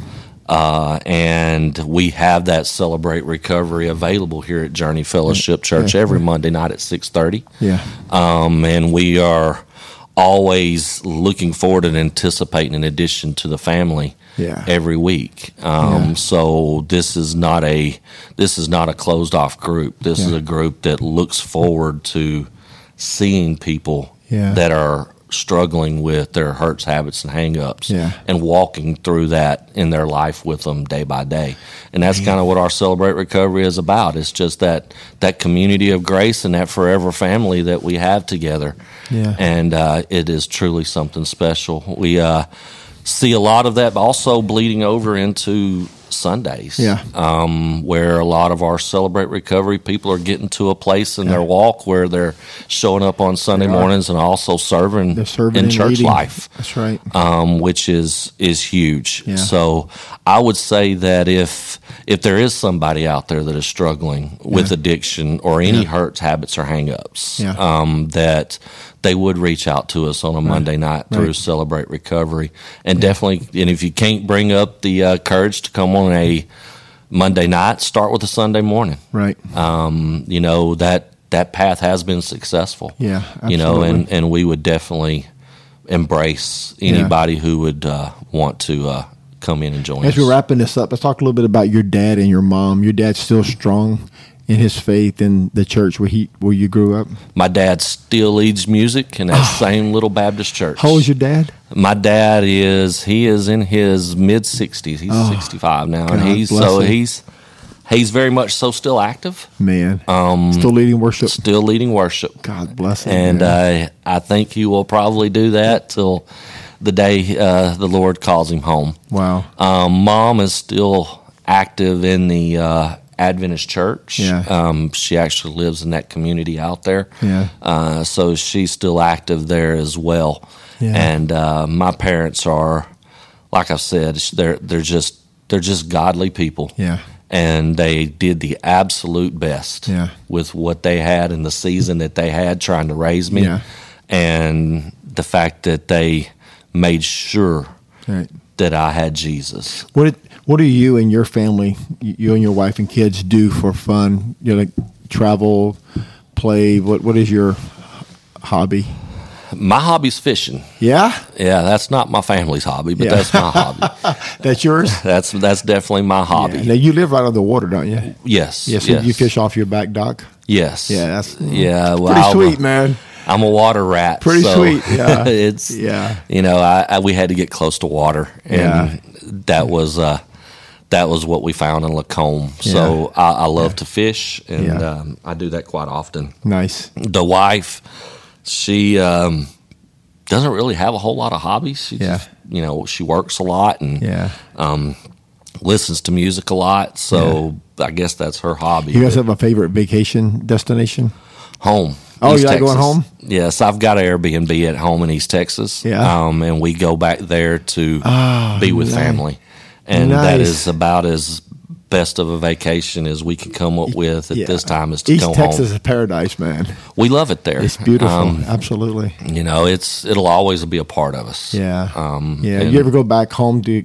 Uh, and we have that celebrate recovery available here at Journey Fellowship Church every Monday night at six thirty. Yeah. Um, and we are always looking forward and anticipating an addition to the family Yeah. every week. Um, Yeah. So this is not a this is not a closed off group. This is Yeah. a group that looks forward to seeing people Yeah. that are struggling with their hurts, habits, and hangups, Yeah. and walking through that in their life with them day by day. And that's kind of what our Celebrate Recovery is about. It's just that that community of grace and that forever family that we have together. Yeah. And uh, it is truly something special. We uh, see a lot of that, but also bleeding over into Sundays Yeah. um, where a lot of our celebrate recovery people are getting to a place in their walk where they're showing up on Sunday They are. mornings and also serving, They're serving in and church leading. life, That's right. um, which is is huge. Yeah. So I would say that if if there is somebody out there that is struggling with addiction or any hurts, habits, or hangups, Yeah. um, that they would reach out to us on a Monday night through Right. Celebrate Recovery, and definitely. And if you can't bring up the uh, courage to come on a Monday night, start with a Sunday morning. Right. Um, you know that that path has been successful. Yeah, you know, and absolutely. and we would definitely embrace anybody who would uh, want to uh, come in and join As us. we're wrapping this up, let's talk a little bit about your dad and your mom. Your dad's still strong in his faith in the church where he where you grew up. My dad still leads music in that same little Baptist church. How old's Ah. your dad? My dad is he is in his mid sixties. He's sixty five now, and Oh, God he's bless so him. he's he's very much so still active, Man, still leading worship. still leading worship. God bless him. Um, and man. uh, I think he will probably do that till the day uh, the Lord calls him home. wow, Um, Mom is still active in the uh, Adventist church. Yeah. Um, she actually lives in that community out there. Yeah. Uh, so she's still active there as well. Yeah. And uh, my parents are, like I said, they're they're just they're just godly people Yeah. and they did the absolute best Yeah. with what they had in the season that they had trying to raise me Yeah. and the fact that they made sure right. that I had Jesus. What did, what do you and your family, y- you and your wife and kids, do for fun? You know, like travel, play. What what is your hobby? My hobby's fishing. Yeah, Yeah, that's not my family's hobby, but Yeah. that's my hobby. that's yours. That's that's definitely my hobby. Yeah. Now you live right on the water, don't you? Yes. Yeah, so you fish off your back dock. Yes. Yeah, that's- yeah. Well, Pretty I'm a- sweet, man. I'm a water rat. Pretty so sweet, yeah. it's Yeah. You know, I, I we had to get close to water, and that was uh, that was what we found in Lacombe. So I, I love to fish, and Yeah. um, I do that quite often. Nice. The wife, she um, doesn't really have a whole lot of hobbies. She Yeah. just, you know, she works a lot and Yeah. listens to music a lot. So I guess that's her hobby. You guys But have a favorite vacation destination? home. Oh, East you like going Texas. home? Yes, I've got Airbnb at home in East Texas. Yeah. Oh, Um, and we go back there to be with family. And that Nice. is about as best of a vacation as we can come up with at Yeah. this time is to East go Texas home. is paradise, man. We love it there. It's beautiful. Um, Absolutely. you know, it's it'll always be a part of us. Yeah. Um, yeah. and- You ever go back home to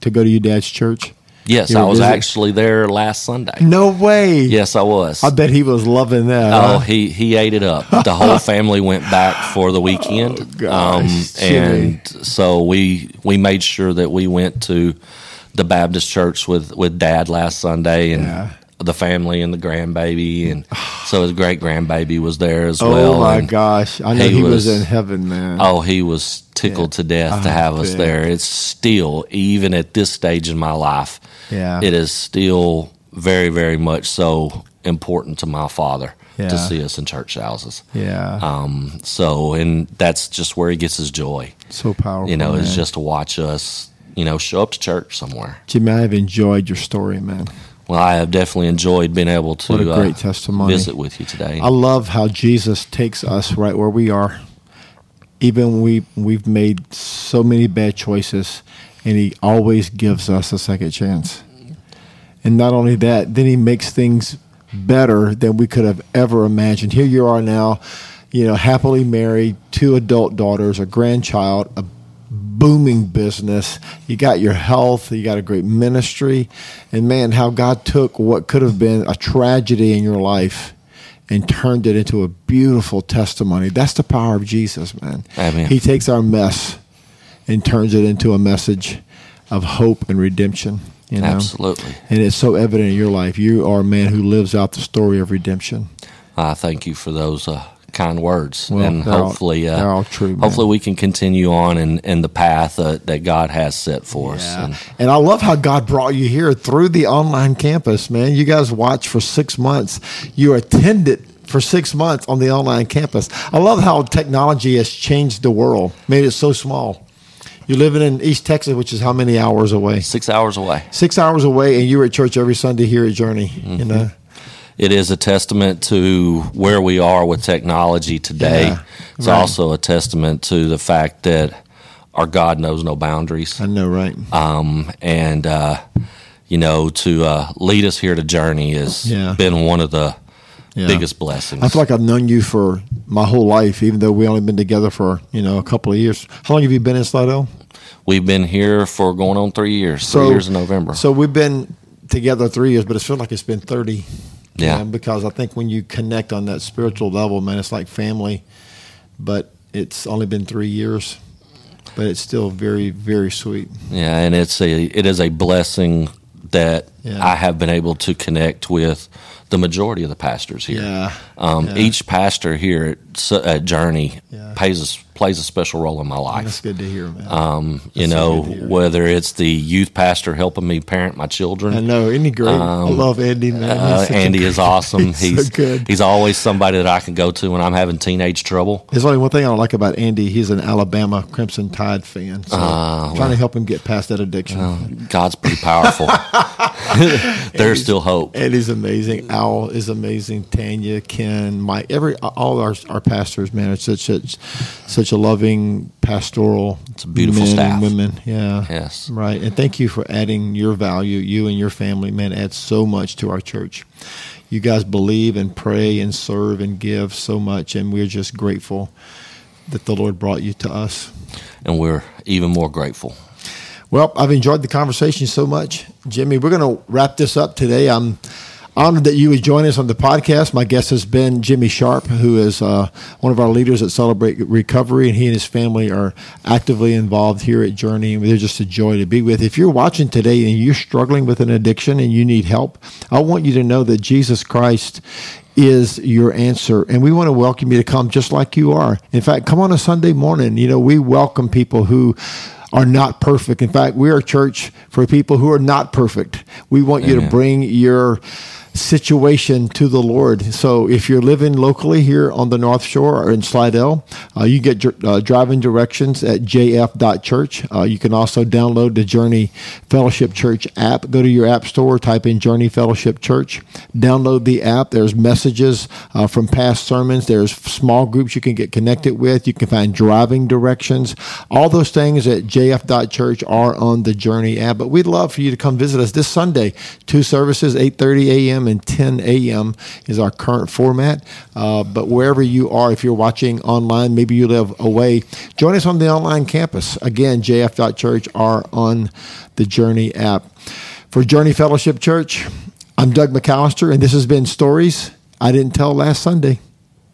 to go to your dad's church? Yes, you I ever was visit? actually there last Sunday. No way. Yes, I was. I uh, bet he was loving that. Oh, huh? he he ate it up. The whole family went back for the weekend, Oh, Um, gosh, Jimmy. and so we we made sure that we went to the Baptist church with with Dad last Sunday and. Yeah. The family and the grandbaby, and so his great grandbaby was there as Oh well. my and- gosh. I know he he was, was- in heaven, man. Oh, he was tickled to death to I have us bet. there. It's still, even at this stage in my life, Yeah. it is still very, very much so important to my father Yeah. to see us in church houses. yeah. Um, so, and that's just where he gets his joy. so powerful. You know, is man. just to watch us, you know, show up to church somewhere. Jimmy, I've enjoyed your story, man. Well, I have definitely enjoyed being able to uh, What a great testimony. visit with you today. I love how Jesus takes us right where we are. Even when we we've made so many bad choices, and He always gives us a second chance. And not only that, then He makes things better than we could have ever imagined. Here you are now. you know, happily married, two adult daughters, a grandchild, a booming business. You got your health, you got a great ministry, and man, how God took what could have been a tragedy in your life and turned it into a beautiful testimony. That's the power of Jesus, man. Amen. He takes our mess and turns it into a message of hope and redemption. You know? Absolutely. And it's so evident in your life. You are a man who lives out the story of redemption. I thank you for those uh, kind words, Well, and they're all- hopefully, uh, they're all true, man. Hopefully, we can continue on in, in the path uh, that God has set for us. Yeah. And And I love how God brought you here through the online campus, man. You guys watched for six months. You attended for six months on the online campus. I love how technology has changed the world, made it so small. You're living in East Texas, which is how many hours away? six hours away. Six hours away, and you were at church every Sunday here at Journey. You know, It is a testament to where we are with technology today. Yeah, it's right. also a testament to the fact that our God knows no boundaries. I know, right? um, and uh, you know to uh, lead us here to journey has Yeah. been one of the Yeah. biggest blessings. I feel like I've known you for my whole life, even though we only been together for you know a couple of years. How long have you been in Slidell? We've been here for going on three years, three years in November. So we've been together three years, but it's felt like it's been thirty. Yeah. man, because I think when you connect on that spiritual level, man, it's like family. But it's only been three years, but it's still very, very sweet. yeah, and it's a it is a blessing that Yeah. I have been able to connect with the majority of the pastors here. Yeah. Um, Yeah. Each pastor here at, S- at Journey Yeah. pays us, plays a special role in my life. That's good to hear, man. um, you That's so know, good to hear. whether it's the youth pastor helping me parent my children, I know. Isn't he great? I um, love Andy. Man. He's Uh, such a Andy great- is awesome. He's, He's so he's, good. always somebody that I can go to when I'm having teenage trouble. There's only one thing I don't like about Andy. He's an Alabama Crimson Tide fan. So Uh, I'm trying to help him get past that addiction. Oh, God's pretty powerful. There's still hope. It is Mm. amazing. Al is amazing. Tanya, Ken, Mike, every all our our pastors, man, it's such such such a loving pastoral. It's a beautiful men staff. And women, yeah, Yes. right. And thank you for adding your value. You and your family, man, add so much to our church. You guys believe and pray and serve and give so much, and we're just grateful that the Lord brought you to us. And we're even more grateful. Well, I've enjoyed the conversation so much, Jimmy. We're going to wrap this up today. I'm honored that you would join us on the podcast. My guest has been Jimmy Sharp, who is uh, one of our leaders at Celebrate Recovery, and he and his family are actively involved here at Journey. And they're just a joy to be with. If you're watching today and you're struggling with an addiction and you need help, I want you to know that Jesus Christ is your answer. And we want to welcome you to come just like you are. In fact, come on a Sunday morning. You know, we welcome people who are not perfect. In fact, we're a church for people who are not perfect. We want you to bring your situation to the Lord. So if you're living locally here on the North Shore or in Slidell, uh, you get dr- uh, driving directions at jf.church. Uh, you can also download the Journey Fellowship Church app. Go to your app store, type in Journey Fellowship Church, download the app. There's messages uh, from past sermons. There's small groups you can get connected with. You can find driving directions. All those things at jf.church are on the Journey app. But we'd love for you to come visit us this Sunday. Two services, 8.30 a.m. and 10 a.m. is our current format. Uh, but wherever you are, if you're watching online, maybe you live away, join us on the online campus. Again, jf.church are on the Journey app. For Journey Fellowship Church, I'm Doug McAllister, and this has been Stories I Didn't Tell Last Sunday.